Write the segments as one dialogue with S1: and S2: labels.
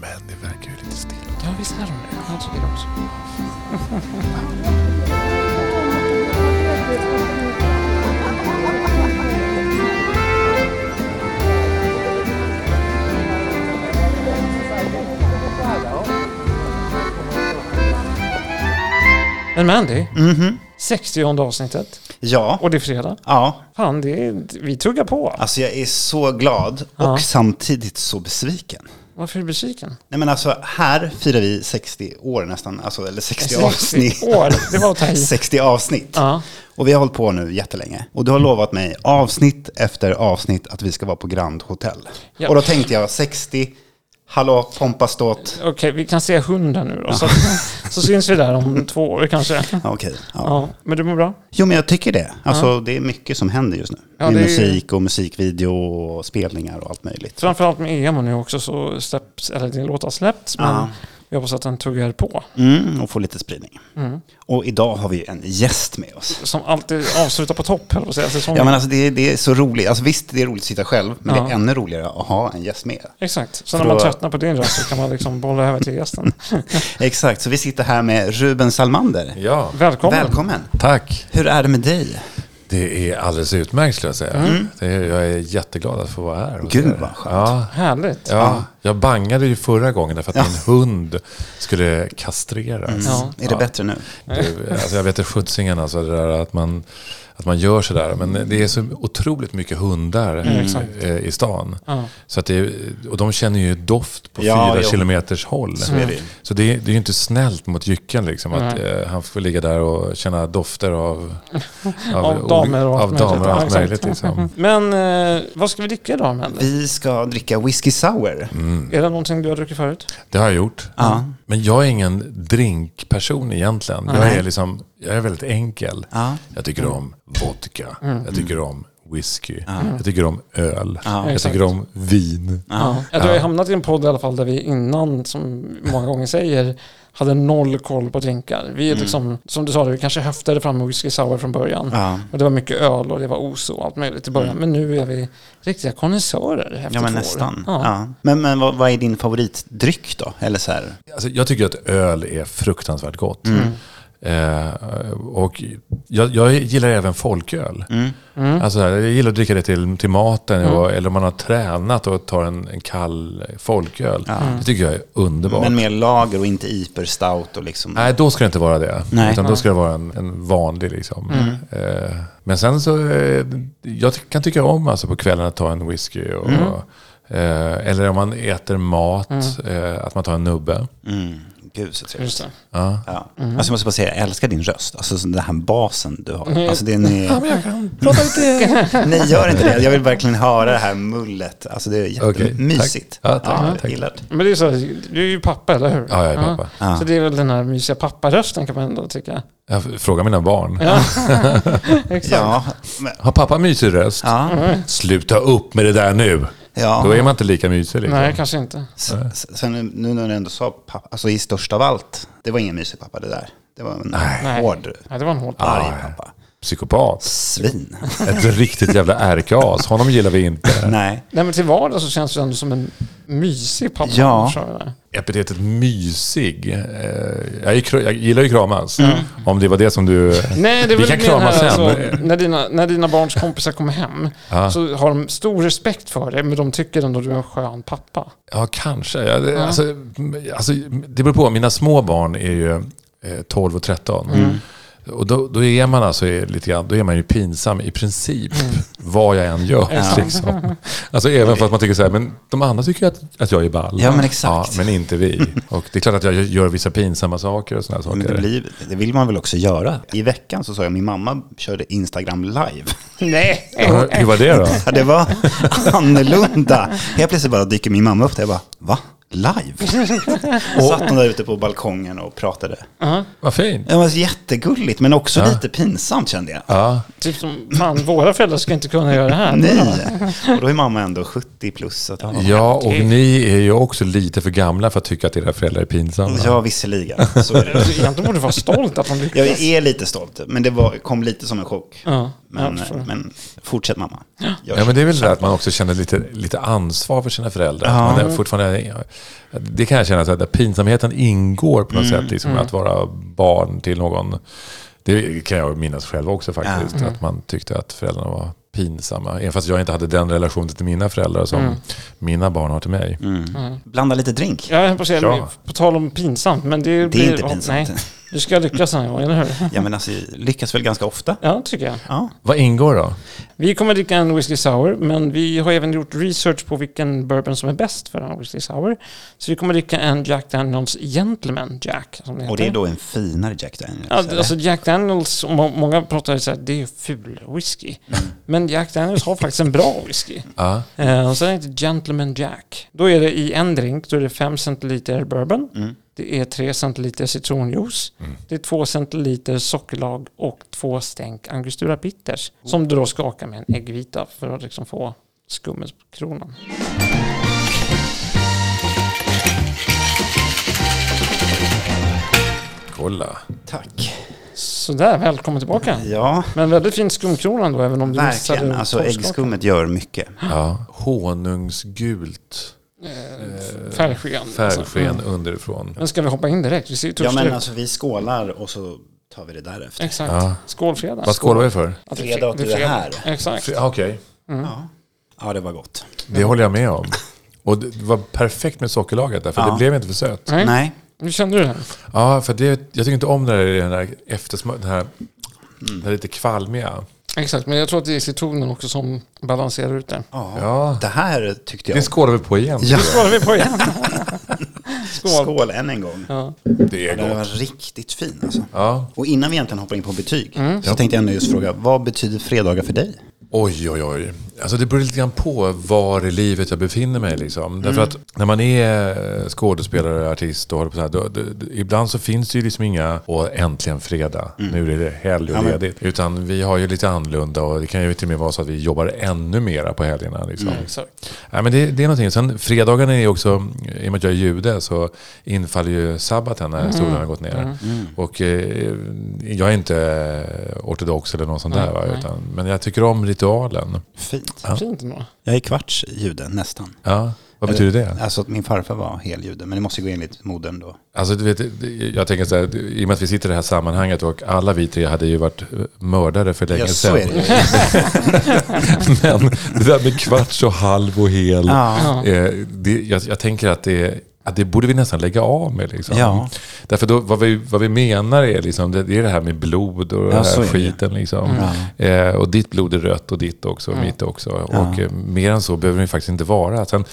S1: Men det verkar ju lite stilla.
S2: Ja, visst är de det? Jag tycker det också. Men Mandy, 60 avsnittet
S3: Ja,
S2: och det är fredag.
S3: ja.
S2: Fan, det är, vi tuggar på.
S3: Alltså jag är så glad
S2: Ja.
S3: och samtidigt så besviken.
S2: Varför är du besviken?
S3: Nej men alltså här firar vi 60 år nästan, alltså, eller 60 avsnitt.
S2: år, det var att ta i.
S3: 60 avsnitt.
S2: Ja.
S3: Och vi har hållit på nu jättelänge. Och du har lovat mig avsnitt efter avsnitt att vi ska vara på Grand Hotel.
S2: Ja.
S3: Och då tänkte jag 60, hallå pompa ståt.
S2: Okej, vi kan se hunden nu då. Så, så syns vi där om två år kanske.
S3: Ja, Okej. Ja.
S2: Ja, men du mår bra?
S3: Jo men jag tycker det. Alltså det är mycket som händer just nu.
S2: Ja,
S3: Med
S2: det är-
S3: musik och musikvideo och spelningar och allt möjligt.
S2: Framförallt med EM och nu också så släpps, eller din låt har släppts, men
S3: Ja.
S2: jag hoppas att den tuggar på.
S3: Mm, och få lite spridning.
S2: Mm.
S3: Och idag har vi en gäst med oss.
S2: Som alltid avslutar på topp, höll jag på att säga, säsongen.
S3: Ja, men alltså det, är- det är så roligt. Alltså, visst, det är roligt att sitta själv, men det
S2: Ja.
S3: är ännu roligare att ha en gäst med.
S2: Exakt, så
S3: För
S2: när man
S3: då-
S2: tröttnar på din röst så kan man liksom bolla över till gästen.
S3: Exakt, så vi sitter här med Ruben Salmander.
S1: Ja,
S2: Välkommen!
S3: Välkommen!
S1: tack.
S3: Hur är det med dig?
S1: Det är alldeles utmärkt skulle jag säga. Det är, jag är jätteglad att få vara här. hos
S3: Gud,
S1: er.
S3: vad skönt.
S1: Ja,
S2: Härligt!
S1: ja, jag bangade ju förra gången därför att min hund skulle kastreras.
S2: Ja.
S3: Mm. Är det bättre nu?
S1: Det, alltså jag vet att sjuttsingen, alltså det där att man, att man gör sådär. Men det är så otroligt mycket hundar eh, i stan.
S2: Mm, Ja.
S1: Så att det, är- och de känner ju doft på
S3: Ja,
S1: fyra
S3: jo.
S1: kilometers håll. Så,
S3: är det.
S1: det, är- det är ju inte snällt mot jycken liksom, att
S2: Nej.
S1: eh, han får ligga där och känna dofter av,
S2: Av damer och
S1: av
S2: allt möjligt.
S1: damer och
S2: Ja,
S1: allt
S2: exakt.
S1: möjligt. Liksom.
S2: Men eh, vad ska vi dricka idag Melle?
S3: Vi ska dricka whisky sour.
S2: Är det någonting du har druckit förut?
S1: Det har jag gjort.
S3: Ja.
S1: Men jag är ingen drinkperson egentligen. Jag
S3: Nej.
S1: är, liksom, jag är väldigt enkel.
S3: Ja.
S1: Jag tycker om vodka. Jag tycker om whisky. Jag tycker om öl. Jag
S2: Exakt.
S1: tycker om vin.
S2: Ja. Jag tror jag har hamnat i en podd i alla fall där vi innan, som många gånger säger, hade noll koll på drinkar. Vi är
S3: Mm.
S2: liksom, som du sa, vi kanske höftade fram whisky sour från början.
S3: Ja. Mm.
S2: Och det var mycket öl och det var os och allt möjligt i början. Men nu är vi riktiga konnässörer efter
S3: Ja, men
S2: två år.
S3: nästan.
S2: Ja.
S3: Ja. Men, men vad, vad är din favoritdryck då? Eller så här?
S1: Alltså, jag tycker att öl är fruktansvärt gott. Eh, och jag, jag gillar även folköl. Alltså, jag gillar att dricka det till, till maten och, eller om man har tränat och tar en, en kall folköl. Det tycker jag är underbart.
S3: Men mer lager och inte iper stout och liksom...
S1: Nej, då ska det inte vara det.
S3: Nej. Mm.
S1: Utan då ska det vara en, en vanlig liksom. Eh, men sen så, eh, jag ty- kan tycka om alltså på kvällen att ta en whisky. Och,
S3: Mm.
S1: eh, eller om man äter mat, eh, att man tar en nubbe.
S3: Mm. Gud så trevligt.
S2: Just det.
S1: Ja.
S3: Ja. Alltså jag måste bara säga, jag älskar din röst. Alltså så den här basen du har. Alltså den är...
S1: Mm. men jag kan prata lite.
S3: Nej, gör inte det. Jag vill verkligen höra det här mullet. Alltså det är
S1: Okej, tack.
S3: jättemysigt.
S1: Ja, tack,
S3: jag
S1: tack.
S3: gillar det.
S2: Men det är så, du är ju pappa, eller hur?
S1: Ja, jag är pappa.
S3: Ja.
S2: Så det är väl den här mysiga papparösten kan man ändå tycka.
S1: Jag f- frågar mina barn.
S2: Exakt.
S3: Ja, men,
S1: Har pappa mysig röst?
S3: ja,
S1: Sluta upp med det där nu. Då
S3: ja.
S1: är man inte lika mysig. Liksom.
S2: Nej, kanske inte.
S3: S- s- Sen nu när du ändå sa pappa, alltså i störst av allt, det var ingen mysig pappa det där. Det var en
S2: Nej.
S3: hård,
S2: Nej, det var en hård
S3: arg
S1: Nej.
S3: pappa.
S1: Psykopat.
S3: Svin.
S1: Ett riktigt jävla ärkeas. Honom gillar vi inte.
S3: Nej.
S2: Nej, men till vardags så känns du ändå som en mysig pappa.
S3: Ja.
S2: förstår jag det.
S1: epitetet mysig. Eh, Jag, är, kra- jag gillar ju kramas.
S3: Mm.
S1: Om det var det som du...
S2: Nej, det är
S1: Vi
S2: väl
S1: kan
S2: mer
S1: krama
S2: här,
S1: sen.
S2: Alltså, när, dina, när dina barns kompisar kommer hem så har de stor respekt för dig, men de tycker ändå att du är en skön pappa.
S1: Ja, kanske. Ja, det, Alltså, m- alltså, det beror på. Mina små barn är ju eh, 12 och 13. Och då, då är man alltså i- lite grann, då är man ju pinsam i princip vad jag än gör. Liksom. Alltså även för att man tycker så här, men de andra tycker ju att, att jag är ball.
S3: Ja, men exakt.
S1: men inte vi. Och det är klart att jag gör vissa pinsamma saker och sådana saker.
S3: Men det, blir, det vill man väl också göra. I veckan så sa jag min mamma körde Instagram live.
S2: Nej!
S1: Ja, hur var det då?
S3: Ja, det var annorlunda. Helt plötsligt bara dyker min mamma upp där. Jag bara, va? Live? Satt hon där ute på balkongen och pratade.
S1: Vad fint.
S3: Det var jättegulligt, men också lite pinsamt kände jag.
S1: Ja.
S2: Typ som, fan, våra föräldrar ska inte kunna göra det här.
S3: Nej. Och då är mamma ändå 70 plus. Så att, ja.
S1: Ja, och ni är ju också lite för gamla för att tycka att era föräldrar är pinsamma.
S3: ja, visserligen. Så är det.
S2: Alltså, Egentligen borde du vara stolt att de lyckas.
S3: Jag är lite stolt, men det var, kom lite som en chock.
S2: Ja.
S3: Men,
S2: Ja, förstår.
S3: men fortsätt mamma. Gör
S1: Ja,
S3: så.
S1: men det är väl det att man också känner lite, lite ansvar för sina föräldrar.
S3: Ja.
S1: Att Man är fortfarande, det kan jag känna, så att pinsamheten ingår på något sätt, liksom, att vara barn till någon. Det kan jag minnas själv också faktiskt, att man tyckte att föräldrarna var pinsamma. Även fast jag inte hade den relationen till mina föräldrar som mina barn har till mig.
S3: Blanda lite drink.
S2: Jag höll på att säga,
S1: Ja.
S2: på tal om pinsamt, men det,
S3: Det är inte pinsamt.
S2: Nej, vi ska lyckas den här gången, eller hur?
S3: Ja, men alltså, lyckas väl ganska ofta.
S2: Ja, tycker jag.
S3: Ja.
S1: Vad ingår då?
S2: Vi kommer dricka en whisky sour, men vi har även gjort research på vilken bourbon som är bäst för en whisky sour. Så vi kommer dricka en Jack Daniels Gentleman Jack, som det heter.
S3: Och det är då en finare Jack Daniels.
S2: Ja,
S3: eller?
S2: alltså Jack Daniels, må- många pratar så här, det är ful whisky.
S3: Mm.
S2: Men Jack Daniels har faktiskt en bra whisky.
S1: Ja.
S2: Eh, och sen är det Gentleman Jack. Då är det i en drink, då är det 5 centiliter bourbon.
S3: Mm.
S2: Det är 3 centiliter citronjuice. Det är 2 centiliter sockerlag och två stänk angostura bitters. Som du då skakar med en äggvita för att liksom få skummet på kronan.
S1: Kolla.
S3: Tack.
S2: Sådär, välkommen tillbaka.
S3: Ja,
S2: Men väldigt fin skumkrona då, även om du
S3: verkligen.
S2: missade
S3: Alltså
S2: torrskakan.
S3: äggskummet gör mycket.
S1: Ja. Honungsgult
S2: Färgsken. alltså.
S1: färgsken
S2: Mm.
S1: underifrån.
S2: Men ska vi hoppa in direkt? Vi ser ju
S3: Ja,
S2: törstiga
S3: men
S2: ut.
S3: alltså vi skålar och så tar vi det därefter.
S2: Exakt.
S1: Ja.
S2: Skål fredag.
S1: Vad skålar vi för?
S2: Att det är
S3: Fredag åt
S2: fre-
S3: det
S2: är
S3: här.
S2: fredag. Exakt.
S1: Fri- ah, Okej.
S3: Ja. ja, det var gott.
S1: Det håller jag med om. Och det var perfekt med sockerlaget där, för
S3: Ja. Mm.
S1: det blev inte för sött.
S2: Nej.
S3: Nej,
S2: Hur kände du det?
S1: Ja, för det, jag tycker inte om när det är den här eftersmak, den här, den här lite kvalmiga.
S2: Exakt, men jag tror att det är citronen också som balanserar ut det.
S3: ja.
S1: Ja.
S3: det här tyckte
S1: Det
S3: jag.
S1: skålar vi på igen.
S3: Ja.
S2: Skålar vi på igen? Skål.
S3: Skål än en gång.
S2: Ja.
S1: Det är
S3: Den
S1: gott.
S3: var riktigt fin alltså.
S1: Ja.
S3: Och innan vi egentligen hoppar in på betyg
S2: Mm.
S3: så tänkte jag ändå just fråga, vad betyder fredagar för dig?
S1: Oj, oj, oj. Alltså det beror lite grann på var i livet jag befinner mig. Liksom. Därför
S3: Mm.
S1: att när man är skådespelare, artist och håller på så här, då, då, då, ibland så finns det ju liksom inga, och äntligen fredag, nu är det helg och
S3: Mm. Ja, men-
S1: ledigt. Utan vi har ju lite annorlunda och det kan ju till och med vara så att vi jobbar ännu mera på helgerna. Liksom.
S2: Exakt.
S1: Nej, men det, det är någonting. Sen fredagarna är också, i och med att jag är jude så infaller ju sabbaten när solen har gått ner.
S3: Mm.
S1: Och eh, jag är inte ortodox eller något sånt där. Va?
S2: nej.
S1: Utan, men jag tycker om ritualen.
S3: Fint.
S2: Fint ändå.
S3: Jag är kvarts jude, nästan.
S1: Ja, vad betyder det?
S3: Alltså att min farfar var heljude, men det måste gå enligt modern då.
S1: Alltså, du vet, jag tänker så här, i och med att vi sitter i det här sammanhanget och alla vi tre hade ju varit eh, mördare för länge
S3: Ja, så
S1: sedan.
S3: är det ju.
S1: Men det där med kvarts och halv och hel.
S3: Ja.
S1: Eh, det, jag, jag tänker att det, att det borde vi nästan lägga av med. Liksom.
S3: Ja.
S1: Därför då, vad, vi, vad vi menar är, liksom, det, det är det här med blod och den
S3: så är
S1: här
S3: det. Mm.
S1: skiten. Liksom. Eh, och ditt blod är rött och ditt också, och mitt också. Och eh, mer än så behöver det faktiskt inte vara. Sen, eh,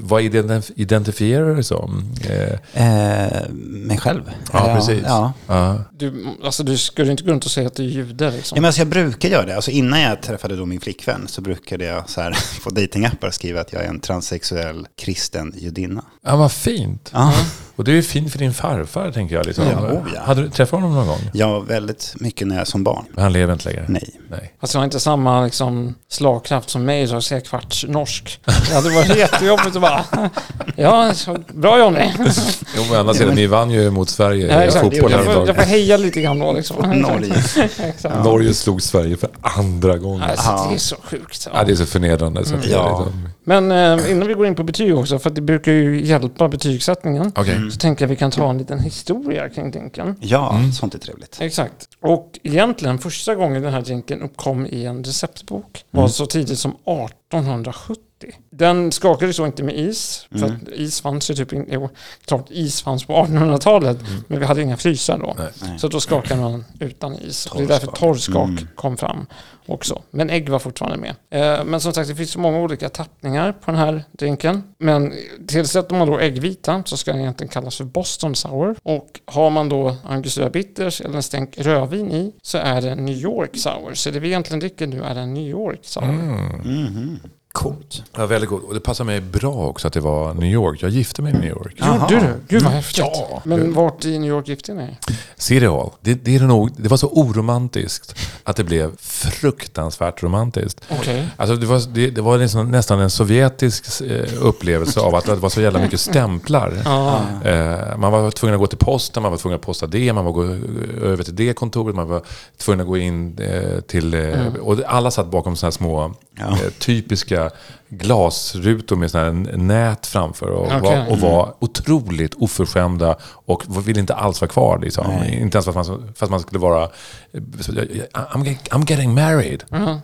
S1: vad ident- identifierar du dig som? Eh,
S3: Eh, mig själv.
S1: Ja,
S3: Eller,
S1: precis.
S3: Ja.
S1: ja.
S2: Du, alltså, du skulle inte gå runt och säga att du är jude liksom.
S3: Ja, men alltså jag brukar göra det. Alltså innan jag träffade då min flickvän så brukade jag så här, på datingappar skriva att jag är en transsexuell kristen judinna.
S1: ja, vad fint.
S3: Ja.
S1: Och det är ju fint för din farfar, tänker jag. Liksom.
S3: Ja, oh ja.
S1: Hade du träffat honom någon gång?
S3: Jag var väldigt mycket när jag som barn.
S1: Han lever inte längre?
S3: Nej.
S1: Nej.
S2: Fast jag har inte samma liksom, slagkraft som mig, så jag säger kvarts norsk. Det hade varit jättejobbigt att bara... Ja, så, bra Johnny.
S1: Jo, men å andra sidan, ni vann ju mot Sverige
S2: Ja,
S1: i
S2: exakt.
S1: fotboll
S2: Jag får, jag får
S1: häromdagen.
S2: heja lite grann då liksom.
S3: Norge.
S2: Exakt.
S1: Norge slog Sverige för andra gången.
S2: Alltså, det är så sjukt.
S1: Ja, det är så förnedrande. Så att det är
S3: Mm. Ja.
S1: liksom-
S2: Men eh, innan vi går in på betyg också, för att det brukar ju hjälpa betygssättningen,
S1: Okej.
S2: så tänker jag vi kan ta en liten historia kring drinken.
S3: Ja,
S1: Mm.
S3: sånt är trevligt.
S2: Exakt. Och egentligen första gången den här drinken uppkom i en receptbok var så tidigt som 1870. Den skakades då inte med is, för att is fanns ju typ inte... Jo, klart is fanns på 1800-talet, men vi hade inga frysar då.
S1: Nej.
S2: Så då skakade man utan is. Det är därför torrskak kom fram också. Men ägg var fortfarande med. Eh, Men som sagt, det finns så många olika tappningar på den här drinken. Men tillsätter man då äggvita så ska den egentligen kallas för Boston Sour. Och har man då Angostura Bitters eller en stänk rödvin i Mm. så är det New York Sour. Så det vi egentligen dricker nu är en New York Sour.
S3: Coolt.
S1: Ja, väldigt god. Och det passar mig bra också att det var New York. Jag gifte mig i New York.
S3: Jaha.
S2: Gjorde du? Gud vad häftigt.
S1: Ja.
S2: Men vart i New York gifte ni er?
S1: City Hall. Det, det, är det, nog, det var så oromantiskt att det blev fruktansvärt romantiskt.
S2: Okej.
S1: Alltså det var, det, det var liksom nästan en sovjetisk eh, upplevelse av att det var så jävla mycket stämplar.
S2: Ja.
S1: Eh, man var tvungen att gå till posten, man var tvungen att posta det, man var gå eh, över till det kontoret, man var tvungen att gå in eh, till... Eh,
S2: Mm.
S1: Och alla satt bakom sådana här små
S3: Ja.
S1: eh, typiska glasrutor med sådana här nät framför och,
S2: Okej. Mm.
S1: var, och var otroligt oförskämda och ville inte alls vara kvar. Liksom.
S3: Nej.
S1: Inte ens fast man, fast man skulle vara... eh, så- jag- jag- I'm, get- I'm getting married.
S2: Mm.
S1: Yeah.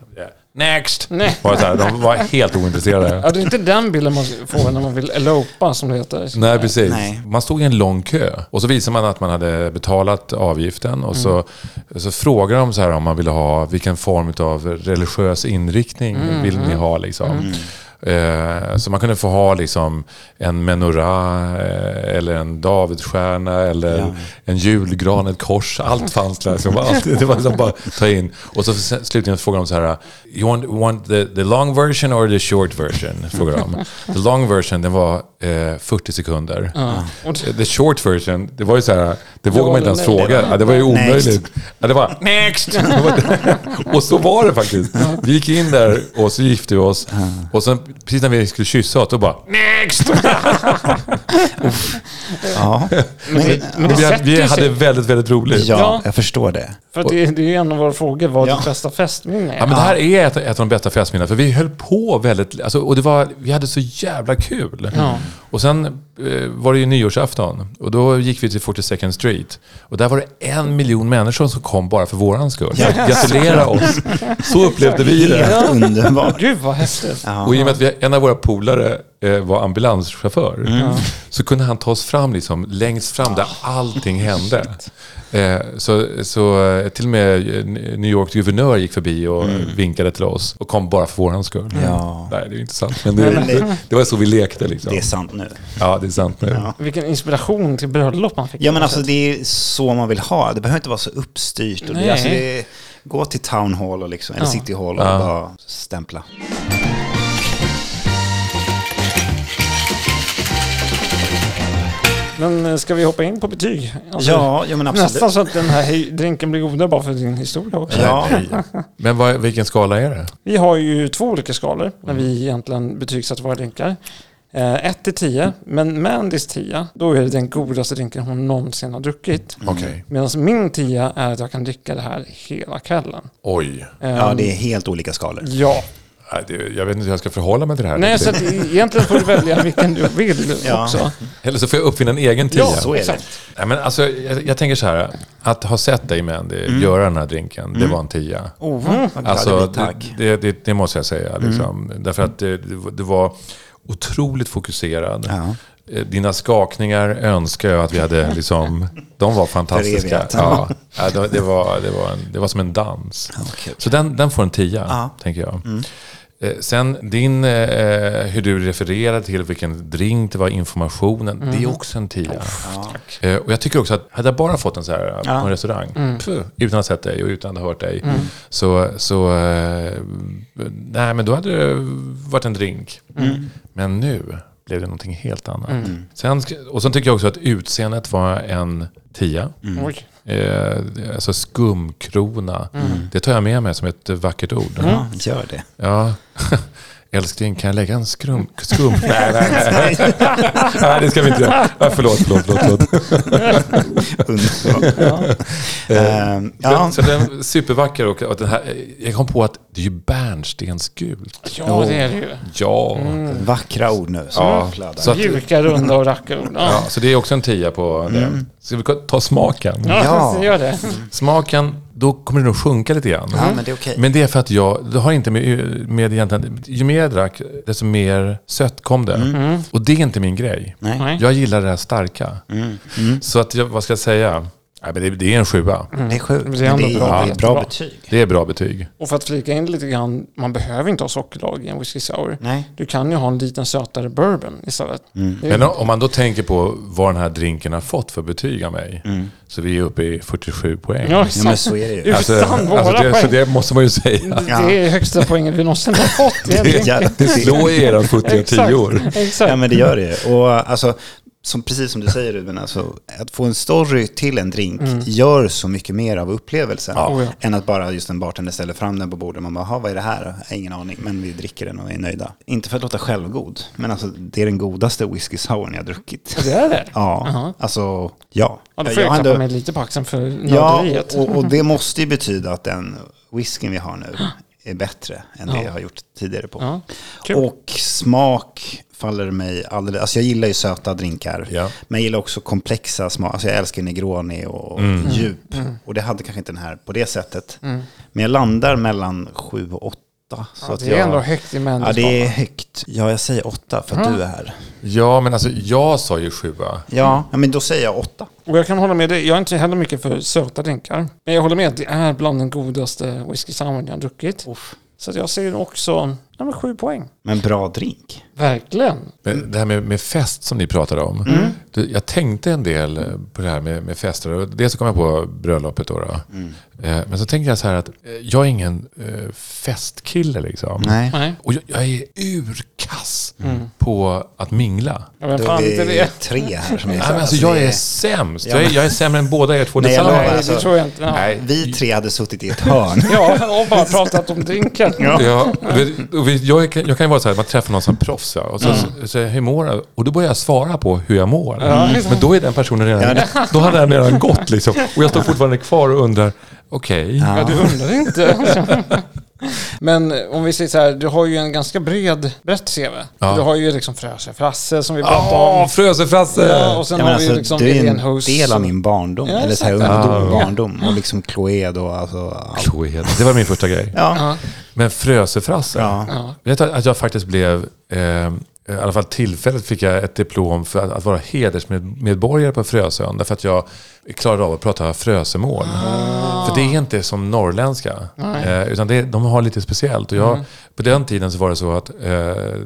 S1: Next!
S2: Nej.
S1: Var det så här, de var helt ointresserade.
S2: Ja, det är inte den bilden man får när man vill elopa som det heter.
S1: Nej, precis.
S3: Nej.
S1: Man stod i en lång kö och så visade man att man hade betalat avgiften och så, så frågade de så här om man ville ha vilken form av religiös inriktning vill ni ha liksom. Eh, Så man kunde få ha liksom en menorah eh, eller en davidstjärna eller
S3: Ja.
S1: en julgran, ett kors. Allt fanns där. Så bara, allt, det var liksom bara att ta in. Och så sen- slutligen frågade de så här, you want, want the, the long version or the short version? Frågade de. The long version, den var eh, 40 sekunder.
S2: Ja. Och det,
S1: Eh, The short version, det var ju så här, det vågade man inte ens
S2: eller nej.
S1: fråga. Ja, det var ju
S3: Next.
S1: omöjligt. Ja, det var next! Det var- och så var det faktiskt. Vi gick in där och så gifte vi oss. Och sen precis när vi skulle kyssa oss, då bara next!
S3: Ja. Men,
S2: men det
S1: Vi,
S2: sätter
S1: vi
S2: sig.
S1: hade väldigt, väldigt roligt.
S3: ja, jag förstår det.
S2: För att det, det är ju en av våra frågor, vad
S3: Ja.
S2: ditt bästa festminne
S1: Ja,
S2: är.
S1: men det här är ett, ett av de bästa festminnena, för vi höll på väldigt... Alltså, och det var, vi hade så jävla kul.
S2: Ja.
S1: Och sen eh, var det ju nyårsafton och då gick vi till 42nd Street. Och där var det en miljon människor som kom bara för våran skull. Gratulera oss! Så upplevde vi det.
S3: Helt underbart.
S2: Gud vad häftigt.
S1: Och i och med att vi, en av våra polare eh, var ambulanschaufför så kunde han ta oss fram liksom, längst fram där allting hände. Eh, så, så eh, till och med eh, New Yorks guvernör gick förbi och vinkade till oss och kom bara för våran skull.
S3: Ja.
S1: Nej, det är ju inte sant. Men det,
S3: men
S1: det,
S3: det-
S1: var så vi lekte liksom.
S3: Det är sant nu.
S1: Ja, det är sant nu.
S2: Vilken inspiration till bröllop man fick.
S3: Ja men alltså det är så man vill ha. Det behöver inte vara så uppstyrt. Och
S2: Nej.
S3: det, alltså, det är, gå till Town Hall och liksom, eller
S2: Ja.
S3: City Hall och
S1: Ja.
S3: bara stämpla.
S2: Men eh, ska vi hoppa in på betyg? Alltså,
S3: Ja, ja men
S2: Nästan
S3: absolut.
S2: så att den här hej- drinken blir godare bara för din historia också.
S3: Ja.
S1: Men vad, vilken skala är det?
S2: Vi har ju två olika skalor när
S3: Mm.
S2: vi egentligen betygsätter våra drinkar. 1 till 10, men Mandys 10, då är det den godaste drinken hon någonsin har druckit.
S1: Mm. Okej.
S2: Medan min 10 är att jag kan dricka det här hela kvällen.
S1: Oj.
S2: Eh,
S3: Ja, det är helt olika skalor.
S2: ja.
S1: Nej, det, jag vet inte hur jag ska förhålla mig till det här.
S2: Nej,
S1: riktigt.
S2: så att egentligen får du välja vilken du vill
S3: Ja.
S2: också.
S1: Eller så får jag uppfinna en egen tia.
S2: Ja,
S3: Så är det.
S2: Exakt.
S1: Nej, men alltså, jag, jag tänker så här, att ha sett dig Mandy
S3: Mm.
S1: göra den här drinken, det var en tia.
S3: Oh, vad glad
S1: Alltså,
S3: jag blir,
S1: det,
S3: tack. Mm.
S1: det, det, det måste jag säga. Liksom. Därför att det, det var- det var otroligt fokuserad.
S3: Ja.
S1: Eh, Dina skakningar önskar jag att vi hade, liksom, de var fantastiska.
S3: Förevigat.
S1: Ja, Ja, det, det, var, det, var en, det var som en dans.
S3: kul.
S1: Så den, den får en tia,
S3: Ja. Mm.
S1: tänker jag. Eh, Sen din, eh, hur du refererade till vilken drink det var, informationen, det är också en tia. Eh, Och jag tycker också att hade jag bara fått en så här eh, på en restaurang, pff, utan att ha sett dig och utan att ha hört dig, så, så eh, nej men då hade det varit en drink. Men nu blev det någonting helt annat. Sen, sk- och sen tycker jag också att utseendet var en tia.
S3: Mm.
S2: Oj.
S1: Eh, alltså skumkrona. Det tar jag med mig som ett eh, vackert ord.
S3: Ja, gör det.
S1: Ja. Älskling, kan jag lägga en skrum... skum? Mm. nej, nej, nej. nej, det ska vi inte göra. Ja, förlåt, förlåt, förlåt. förlåt.
S3: Underbart. Ehm,
S1: Ja.
S3: ja.
S1: Så den supervacker och, och den här, jag kom på att det är ju bärnstensgult.
S2: Ja, det är det ju.
S1: Ja.
S3: Vackra ord nu. som
S1: Ja,
S3: flödar.
S1: så att,
S2: Mjuka, runda och racka ord. Ja,
S1: ja, så det är också en tia på det. Ska vi ta smaken?
S2: ja.
S3: Ja.
S2: så gör det.
S1: Smaken, då kommer det nog sjunka lite grann.
S3: Ja, men det är okej.
S1: Men det är för att jag, det har inte med, med egentligen, ju mer jag drack, desto mer sött kom det. Och det är inte min grej.
S3: Mm. Nej. Mm.
S2: Nej.
S1: Jag gillar det här starka. Så att jag, vad ska jag säga? Nej, men det, det är en sjua.
S3: Det är sjukt.
S2: Det är
S3: men Det är,
S2: ändå bra.
S3: bra,
S2: Jättebra.
S3: betyg.
S1: Det är bra betyg.
S2: Och för att flika in lite grann, man behöver inte ha sockerlag i en whisky sour.
S3: Nej. Mm.
S2: Du kan ju ha en liten sötare bourbon istället. Det är-
S1: Men om man då tänker på vad den här drinken har fått för betyg av mig.
S3: Mm.
S1: Så vi är uppe i 47 poäng.
S2: Ja,
S3: Ja, men så är det ju.
S2: Utan våra
S1: alltså det, så
S2: poäng.
S1: det måste man ju säga.
S2: Det, det är högsta poängen vi någonsin har fått.
S3: Det är jävla-
S1: Det slår ju era futtiga
S2: Exakt.
S1: tio år.
S2: Exakt.
S3: Ja, men det gör det ju. Och alltså, som, precis som du säger Ruben, alltså, att få en story till en drink gör så mycket mer av upplevelsen.
S2: Oh, Mm. ja.
S3: Än att bara just en bartender ställer fram den på bordet och man bara, "Jaha, vad är det här? Jag har ingen aning, men vi dricker den och är nöjda. Inte för att låta självgod, men alltså det är den godaste whisky sourn jag har druckit.
S2: Det är det?
S3: Ja,
S2: Jaha.
S3: alltså ja.
S2: Ja, då
S3: Jag
S2: får jag,
S3: har
S2: klappa
S3: ändå-
S2: mig lite på axeln för
S3: Ja,
S2: nörderiet.
S3: och, och det måste ju betyda att den whiskyn vi har nu är bättre än det
S2: Ja.
S3: jag har gjort tidigare på.
S2: Ja, kul.
S3: Och smak faller mig alldeles... Alltså jag gillar ju söta drinkar.
S1: Ja.
S3: Men jag gillar också komplexa smaker. Alltså jag älskar negroni och
S1: Mm.
S2: Mm.
S3: djup. Och det hade kanske inte den här på det sättet. Men jag landar mellan sju och åtta. Så
S2: Ja,
S3: att
S2: det är
S3: jag,
S2: ändå högt i
S3: Ja,
S2: mängden.
S3: det är högt. Ja, jag säger åtta för att du är här.
S1: Ja, men alltså jag sa ju sjua.
S3: Ja, ja, men då säger jag åtta.
S2: Och jag kan hålla med dig, jag är inte heller mycket för söta drinkar. Men jag håller med, det är bland den godaste whisky sour jag har druckit. Så att jag ser också, ja men sju poäng.
S3: Men bra drink.
S2: Verkligen.
S1: Men Det här med, med fest som ni pratade om.
S3: Mm.
S1: Du, Jag tänkte en del eh, på det här med, med fester. Och Dels så kom jag på bröllopet då. då.
S3: Mm.
S1: Eh, Men så tänkte jag så här att eh, jag är ingen eh, festkille liksom.
S3: Nej. Mm.
S2: Nej,
S1: Och jag, jag är urkass på att mingla.
S2: ja, men
S3: Då
S2: fan
S3: är
S2: inte
S3: vi
S2: det.
S3: tre här som är
S1: Nej, men alltså, jag är sämst. Jag är, jag är sämre än båda er två
S3: Nej, jag
S1: tillsammans.
S2: Nej,
S3: alltså.
S2: det tror jag inte. Ja,
S1: Nej,
S3: Vi tre hade suttit i ett hörn.
S2: ja och bara pratat om drinken. Ja.
S1: Ja, och vet- och vet- jag, kan- jag kan ju vara så här, man träffar någon som är proffs va? och så
S2: Mm.
S1: så säger jag, hur mår du? Och då börjar jag svara på hur jag mår. Mm.
S2: liksom.
S1: Men då är den personen redan, då har den redan gått liksom. Och jag står fortfarande kvar och undrar, okej.
S2: du undrar inte. Men eh, om vi säger så här, du har ju en ganska bred, brett CV.
S1: Ja.
S2: Du har ju liksom Frösö Frasse som vi pratade
S1: Åh,
S2: om.
S1: frösefrasse!
S2: Ja, och sen
S3: Ja,
S2: har
S3: men
S2: vi
S3: alltså,
S2: ju liksom
S3: du är en
S2: Irene Host.
S3: del av min barndom,
S2: Ja,
S3: eller så här
S2: exakt.
S3: ungdom,
S2: Ja.
S3: barndom. Och liksom Chloé då, alltså. allt.
S1: Klohet, det var min första grej.
S3: Ja.
S1: Men frösefrasse.
S3: Ja.
S1: Vet du att jag faktiskt blev, eh, i alla fall tillfälligt fick jag ett diplom för att, att vara hedersmedborgare på Frösön. Därför att jag klarade av att prata frösemål. För det är inte som norrländska. Eh, utan det, de har lite speciellt. Och jag, På den tiden så var det så att, eh,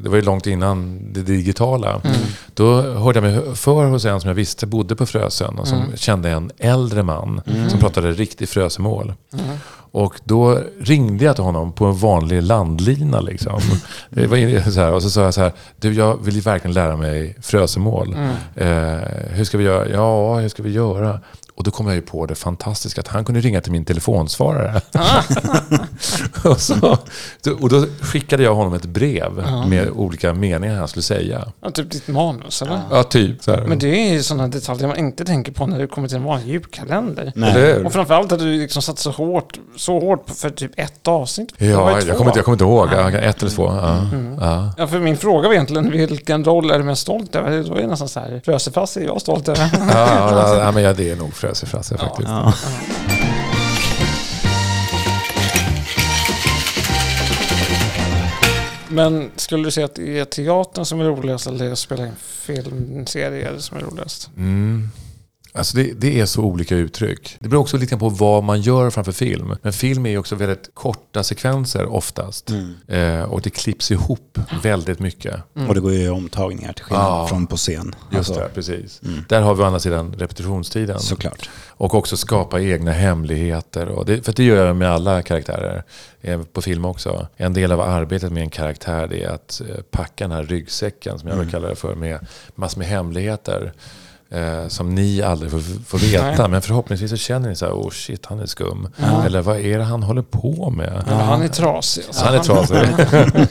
S1: det var ju långt innan det digitala. Då hörde jag mig för hos en som jag visste bodde på Frösön. Och som kände en äldre man som pratade riktigt frösemål. Och då ringde jag till honom på en vanlig landlina. Liksom.
S2: Mm.
S1: Det var så här, och så sa jag så här, du jag vill ju verkligen lära mig frösemål.
S2: Mm.
S1: Eh, hur ska vi göra? Ja, hur ska vi göra? Och då kom jag ju på det fantastiska att han kunde ringa till min telefonsvarare.
S2: Ah.
S1: och, så, och då skickade jag honom ett brev med olika meningar han skulle säga.
S2: Ja, typ ditt manus eller?
S1: Ja, typ så här.
S2: Men det är ju sådana detaljer man inte tänker på när det kommer till en vanlig julkalender.
S1: Eller hur?
S2: Och framförallt hade du liksom satt så hårt, så hårt för typ ett avsnitt. Det var
S1: Ja,
S2: ju två. Mm.
S1: jag kommer, inte, jag kommer inte ihåg. Ja, Ett eller två. Ja, ja.
S2: Ja, för min fråga var egentligen vilken roll är du mest stolt över? Det var ju nästan så här, frösefass är jag stolt över.
S1: Ja, ja, ja, men ja, det är nog frösefrasse faktiskt.
S2: Men skulle du säga att det är teatern som är roligast eller det är att spela in filmserier som är roligast?
S1: Alltså det, det är så olika uttryck. Det beror också lite grann på vad man gör framför film. Men film är ju också väldigt korta sekvenser oftast. Eh, och det klipps ihop väldigt mycket.
S3: Och det går ju omtagningar till skillnad
S1: Ja.
S3: från på scen.
S1: Just
S3: Alltså,
S1: det, precis. Där har vi å andra sidan repetitionstiden.
S3: Såklart.
S1: Och också skapa egna hemligheter. Och det, för det gör jag med alla karaktärer. eh, På film också. En del av arbetet med en karaktär det är att eh, packa den här ryggsäcken som jag
S2: Mm.
S1: brukar kalla det för. Med massor med hemligheter. Eh, som ni aldrig får, får veta. Men förhoppningsvis så känner ni så här, oh shit han är skum. Eller vad är det han håller på med?
S2: Eller han är trasig. alltså.
S1: Så han är trasig.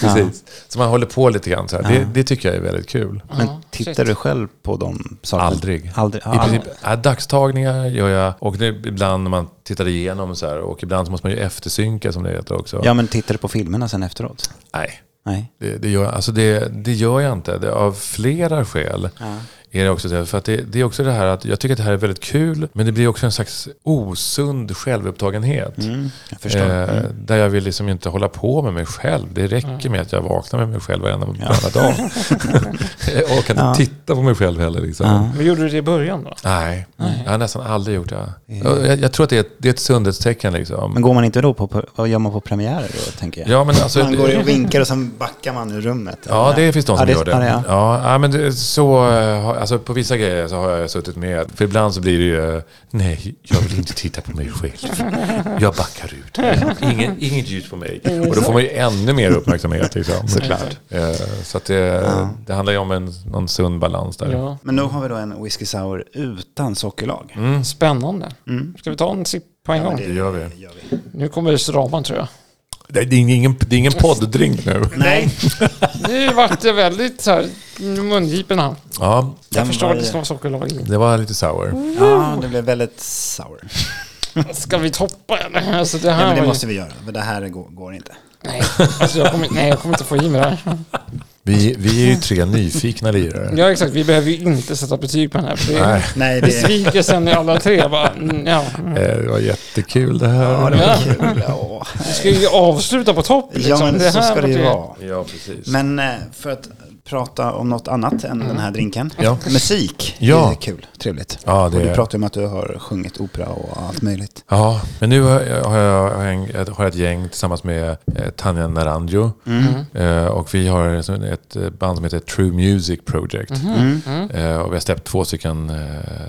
S1: Precis. Så man håller på lite grann så här. Det, det tycker jag är väldigt kul.
S3: Men
S2: Ja,
S3: tittar
S2: shit.
S3: du själv på de sakerna?
S1: Aldrig.
S3: Aldrig.
S1: I
S3: Ja,
S1: princip, ja, dagstagningar gör jag och det, är ibland när man tittar igenom så här och ibland så måste man ju eftersynka som det heter också.
S3: ja, men tittar du på filmerna sen efteråt?
S1: Nej,
S3: Nej.
S1: det, det, gör, alltså det, det gör jag inte. Det, av flera skäl. är det också. Det, för att det, det är också det här att jag tycker att det här är väldigt kul, men det blir också en slags osund självupptagenhet.
S3: Jag Mm, förstår. Mm.
S1: Eh, Där jag vill liksom inte hålla på med mig själv. Det räcker med att jag vaknar med mig själv varenda varenda dag. jag orkar inte
S3: Ja.
S1: titta på mig själv heller. Liksom.
S3: Ja.
S2: Men gjorde du det i början då?
S1: Nej, jag har nästan aldrig gjort det. Jag, jag, jag tror att det är ett, det är ett sundhetstecken. Liksom.
S3: Men går man inte då på, vad gör man på premiärer då, tänker jag?
S1: ja, men alltså,
S3: man går in och vinkar och sen backar man ur rummet.
S1: Ja, det finns de som
S3: Ja,
S1: gör det.
S3: Ja,
S1: Ja,
S3: ja.
S1: ja, men det, så, eh, har- alltså, på vissa grejer så har jag suttit med. För ibland så blir det ju, eh, nej, jag vill inte titta på mig själv. Jag backar ut. Ingen, inget ljus på mig. Och då får man ju ännu mer uppmärksamhet. Liksom. Såklart. Så att det, det handlar ju om en, någon sund balans där.
S2: Ja.
S3: Men nu har vi då en whisky sour utan sockerlag.
S2: Spännande.
S3: Mm.
S2: Ska vi ta en sipp på en gång?
S1: Mm. Det gör vi.
S3: Gör vi.
S2: Nu kommer sraban tror jag.
S1: Det, det, är ingen, det är ingen podddrink nu.
S3: Nej,
S2: Nu vart det väldigt så här mungipen han.
S1: Ja,
S2: Jag
S3: Den
S2: förstår
S3: var
S2: att det
S3: det.
S2: ska vara sockerlag i.
S1: det var lite sour.
S3: ja, det blev väldigt sour.
S2: Ska vi toppa eller? Alltså det här
S3: Ja, men det
S2: var
S3: måste vi göra, för det här går, går inte.
S2: ju... Nej, alltså jag kommer, nej, jag kommer inte få i mig det här.
S1: Vi, vi är ju tre nyfikna lirare.
S2: Ja exakt, vi behöver ju inte sätta betyg på den här. För det
S1: Nej,
S3: Nej,
S2: det
S3: det,
S2: sviker sen i alla tre. Bara, mm, ja.
S1: eh, det var jättekul det här.
S3: ja, det
S2: Ja.
S3: var kul. Ja,
S2: Vi ska ju avsluta på topp. Liksom.
S3: ja men så ska
S2: vart
S3: det ju vara.
S1: Ja, precis.
S3: Men eh, för att prata om något annat än den här drinken.
S1: Ja.
S3: Musik,
S1: Ja.
S3: det är kul, trevligt.
S1: Ja, det
S3: och du
S1: är-
S3: pratar ju om att du har sjungit opera och allt möjligt.
S1: Ja, men nu har jag, har jag, har jag, ett- har jag ett gäng tillsammans med eh, Tanja Naranjo.
S3: Mm.
S1: Eh, och vi har så- ett eh, band som heter True Music Project.
S3: Mm.
S1: Eh, och vi har släppt två stycken eh,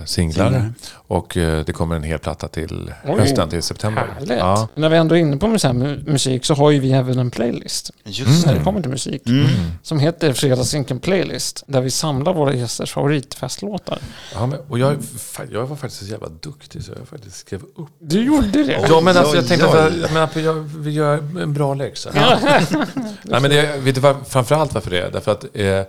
S1: singlar.
S3: Singlar.
S1: Och eh, det kommer en hel platta till
S2: Oj.
S1: hösten, till september.
S2: Härligt. När vi ändå är inne på så här mu- musik så har ju vi även en playlist.
S3: Just Mm.
S2: När det kommer till musik.
S1: Mm.
S2: Som heter Fredagsdrinken Playlist. Där vi samlar våra gästers favoritfestlåtar.
S1: Ja, men, och jag, fan, jag var faktiskt så jävla duktig så jag faktiskt skrev upp.
S2: Du gjorde det.
S1: Ja, men alltså, jag
S3: oj,
S1: tänkte
S3: oj.
S1: att jag, jag, menar, för jag vill göra en bra läxa. Nej, men det, vet du var, framförallt varför det är? Därför att eh,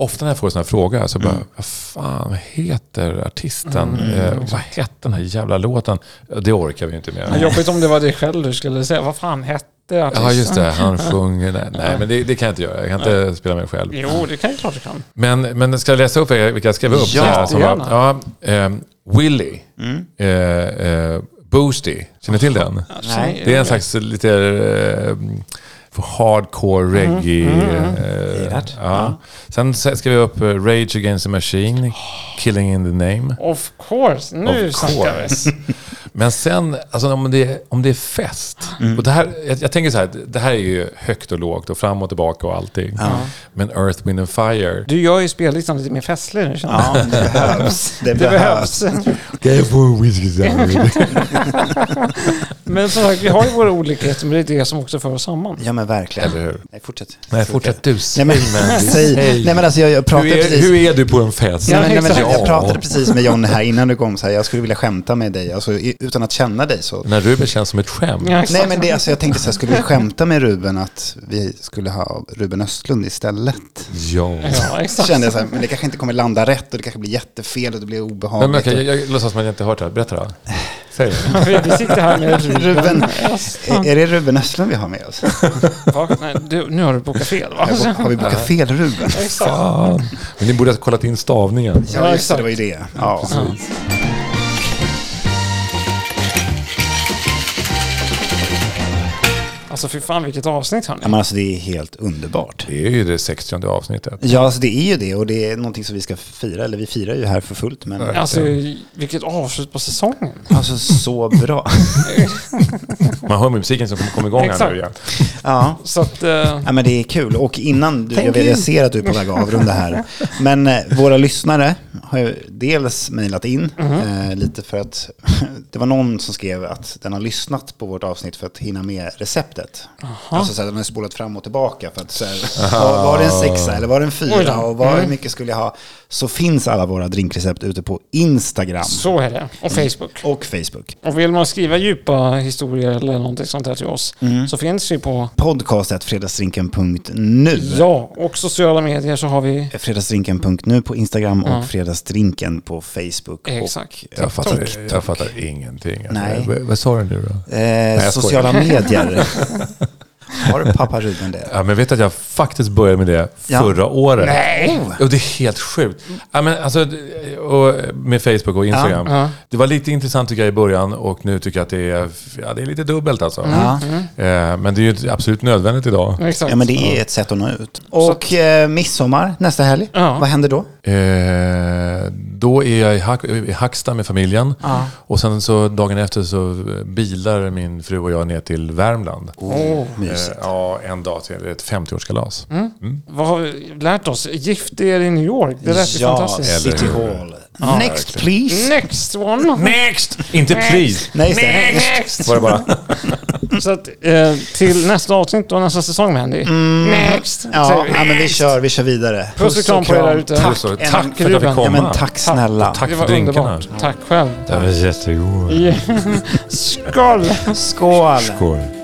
S1: ofta när jag får sådana här frågor så
S3: Mm.
S1: bara, vad fan heter artisten? Eh, vad hette den här jävla låten? Eh, Det orkar vi ju inte med.
S2: Jobbigt om det var det själv du skulle säga. Vad fan hette artisten?
S1: Ja, just det. Han sjunger. Nej, nej men det, det kan jag inte göra. Jag kan inte spela mig själv.
S2: Jo, det kan ju klart du kan.
S1: Men, men ska jag läsa upp vilka jag skrev upp?
S3: Ja,
S1: Så här, som var,
S2: jättegärna.
S1: ja, ehm, Willy.
S3: Mm.
S1: Eh, eh, Boosty. Känner ni till den?
S2: Nej,
S1: Det är en slags lite eh, hardcore reggae. eh,
S3: Lirat.
S1: ja. Sen s- skrev jag upp eh, Rage Against the Machine, Killing in the Name.
S2: Of course, nu
S1: Of
S2: snackar vi.
S1: Men sen, alltså, om, det är, om det är fest. Och det här, jag, jag tänker så här, det här är ju högt och lågt och fram och tillbaka och allting. Men Earth, Wind and Fire.
S2: Du gör ju spellistan lite mer festlig nu känner jag.
S3: Ja, det behövs. Det,
S2: Det behövs.
S1: Kan jag få en whisky sour?
S2: Men som sagt, vi har ju våra olikheter, men det är det som också för oss samman.
S3: Ja, men verkligen.
S1: Eller hur?
S3: Nej, fortsätt.
S1: Nej, fortsätt du.
S3: Nej, men, säg, nej, men alltså jag, jag pratade
S1: Hur är,
S3: precis...
S1: hur är du på en fest?
S3: Nej, men, nej, men,
S2: exakt.
S1: Ja.
S3: jag pratade precis med John här innan du kom, så här, jag skulle vilja skämta med dig, alltså, i- utan att känna dig så.
S1: När Ruben känns som ett skämt.
S2: Ja, exakt.
S3: Nej men det, alltså, jag tänkte så här, skulle vi skämta med Ruben att vi skulle ha Ruben Östlund istället?
S1: Ja.
S2: Ja,
S3: Så
S2: exakt.
S3: kände jag så här, men det kanske inte kommer landa rätt och det kanske blir jättefel och det blir
S1: Nej, men
S3: obehagligt.
S1: okej, jag, jag låtsas som att jag inte hört det här. Berätta då. Säg det.
S2: Vi vi sitter här med
S3: Ruben,
S2: Ruben.
S3: är, är det Ruben Östlund vi har med oss?
S2: Va? Nej, du, nu har du bokat fel va?
S3: Har vi bokat fel Ruben?
S2: Exakt.
S1: Fan. Men ni borde ha kollat in stavningen.
S3: Ja, just det, det var ju det. Ja.
S2: Alltså fy fan vilket avsnitt hörni.
S3: Ja, men alltså det är helt underbart.
S1: Det är ju det 60 avsnittet.
S3: Ja, alltså det är ju det och det är någonting som vi ska fira, eller vi firar ju här för fullt, men
S2: Alltså vilket avslut på säsongen.
S3: alltså så bra.
S1: Man hör musiken som kommer igång här
S2: Exakt.
S1: nu igen.
S3: Ja.
S2: Så att, eh,
S3: Ja, men det är kul. Och innan du,
S2: Thank
S3: jag, vet- jag
S2: you.
S3: ser att du är på väg att avrunda här. Men eh, våra lyssnare har ju dels mejlat in
S2: Mm-hmm.
S3: eh, lite för att det var någon som skrev att den har lyssnat på vårt avsnitt för att hinna med receptet. Alltså så här, den har spolat fram och tillbaka för att så här, var- var det en sexa eller var det en
S2: Oj
S3: fyra
S2: då. Mm.
S3: och var, hur mycket skulle jag ha? Så finns alla våra drinkrecept ute på Instagram
S2: så är det. Och Facebook.
S3: och Facebook.
S2: Och vill man skriva djupa historier eller någonting sånt där till oss så finns vi på
S3: Podcastet fredagsdrinken.nu.
S2: Ja, och sociala medier så har vi
S3: Fredagsdrinken.nu på Instagram och
S2: Ja.
S3: Fredagsdrinken på Facebook.
S2: Exakt.
S3: Och,
S1: Jag fattar,
S3: TikTok.
S1: jag fattar ingenting.
S3: Nej.
S1: Vad- Vad sa du nu då?
S3: Eh,
S1: jag skojar.
S3: sociala medier. Har pappa Ruben det?
S1: Ja, men vet att jag faktiskt började med det
S3: Ja.
S1: förra året.
S2: Nej!
S1: Och det är helt sjukt. Ja, men alltså, det- och med Facebook och Instagram.
S2: Ja.
S1: Det var lite intressant tycker jag i början och nu tycker jag att det är, ja, det är lite dubbelt alltså.
S3: Ja.
S1: Eh, Men det är ju absolut nödvändigt idag.
S2: Exakt.
S3: ja, men det är ett sätt att nå ut. Och eh, midsommar nästa helg,
S2: Ja.
S3: vad händer då?
S1: Eh, då är jag i, Hack, i Hacksta med familjen. Och sen så dagen efter så bilar min fru och jag ner till Värmland.
S2: Åh.
S1: Eh, ja, en dag till ett 50-årskalas.
S2: Mm. Vad har vi lärt oss? Gift er i New York. Det lät ju
S3: ja,
S2: fantastiskt.
S1: Eller
S3: City
S1: hur?
S3: Hall. Next please!
S2: Next one.
S1: Next! Inte please!
S3: Nej, just det.
S1: Var det bara.
S2: Så att, eh, till nästa avsnitt och nästa säsong med Andy. Next!
S3: Mm. Ja,
S2: säger vi.
S3: ja, men vi kör, vi kör vidare.
S2: Puss och kram på er där ute.
S1: Tack,
S3: Tack,
S1: tack för att jag fick
S2: Ruben.
S1: komma.
S3: Ja, men tack snälla.
S1: Tack
S2: Det
S1: för
S2: var
S1: drinkarna.
S2: underbart. Tack själv.
S1: Det var jättegod.
S2: Skål!
S3: Skål!
S1: Skål.